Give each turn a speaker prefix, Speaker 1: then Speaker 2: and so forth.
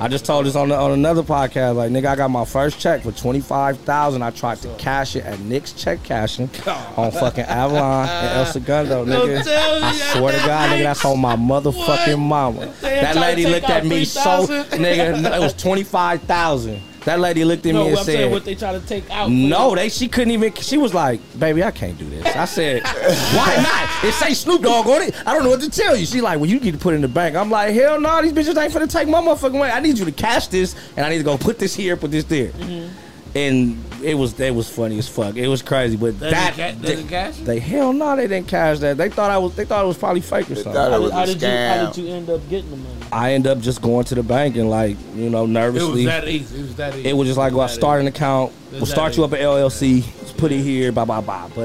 Speaker 1: I just told this on the, on another podcast. Like, nigga, I got my first check for twenty five thousand. I tried to cash it at Nick's check cashing on fucking Avalon and El Segundo, nigga.
Speaker 2: tell me
Speaker 1: I
Speaker 2: that
Speaker 1: swear to
Speaker 2: that
Speaker 1: God, nigga,
Speaker 2: night-
Speaker 1: that's on my motherfucking
Speaker 2: What?
Speaker 1: mama.
Speaker 2: They
Speaker 1: That
Speaker 2: tried to
Speaker 1: lady
Speaker 2: take
Speaker 1: looked
Speaker 2: out
Speaker 1: at me so,
Speaker 2: 3,000?
Speaker 1: nigga, it was twenty five thousand. That lady looked at
Speaker 2: No,
Speaker 1: me
Speaker 2: I'm
Speaker 1: and
Speaker 2: saying
Speaker 1: said,
Speaker 2: what they try to take out.
Speaker 1: no, they she couldn't even. She was like, "Baby, I can't do this." I said, "Why not?" It say Snoop Dogg on it. I don't know what to tell you. She like, "Well, you need to put it in the bank." I'm like, "Hell no, these bitches ain't finna take my motherfucking money. I need you to cash this, and I need to go put this here, put this there."
Speaker 2: Mm-hmm.
Speaker 1: And it was that was funny as fuck. It was crazy, but
Speaker 2: They
Speaker 1: that
Speaker 2: didn't ca- they
Speaker 1: they,
Speaker 2: didn't cash it?
Speaker 1: hell no, they didn't cash that. They thought I was. They thought it was probably fake or
Speaker 3: They
Speaker 1: something.
Speaker 3: thought
Speaker 2: How
Speaker 3: it
Speaker 2: did,
Speaker 3: was
Speaker 2: how,
Speaker 3: a
Speaker 2: did you, how did
Speaker 3: scam.
Speaker 2: you end up getting the money?
Speaker 1: I end up just going to the bank and like you know
Speaker 2: It
Speaker 1: nervously.
Speaker 2: was that easy. It was that easy.
Speaker 1: It was just like, well,
Speaker 2: That
Speaker 1: start an account. We'll
Speaker 2: Is that
Speaker 1: start
Speaker 2: it?
Speaker 1: you up an LLC. Just put it here. Blah blah blah. But